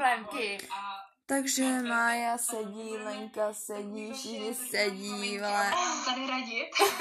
plemky. Takže Mája sedí, Lenka sedí, všichni sedí, vole. Tady radit.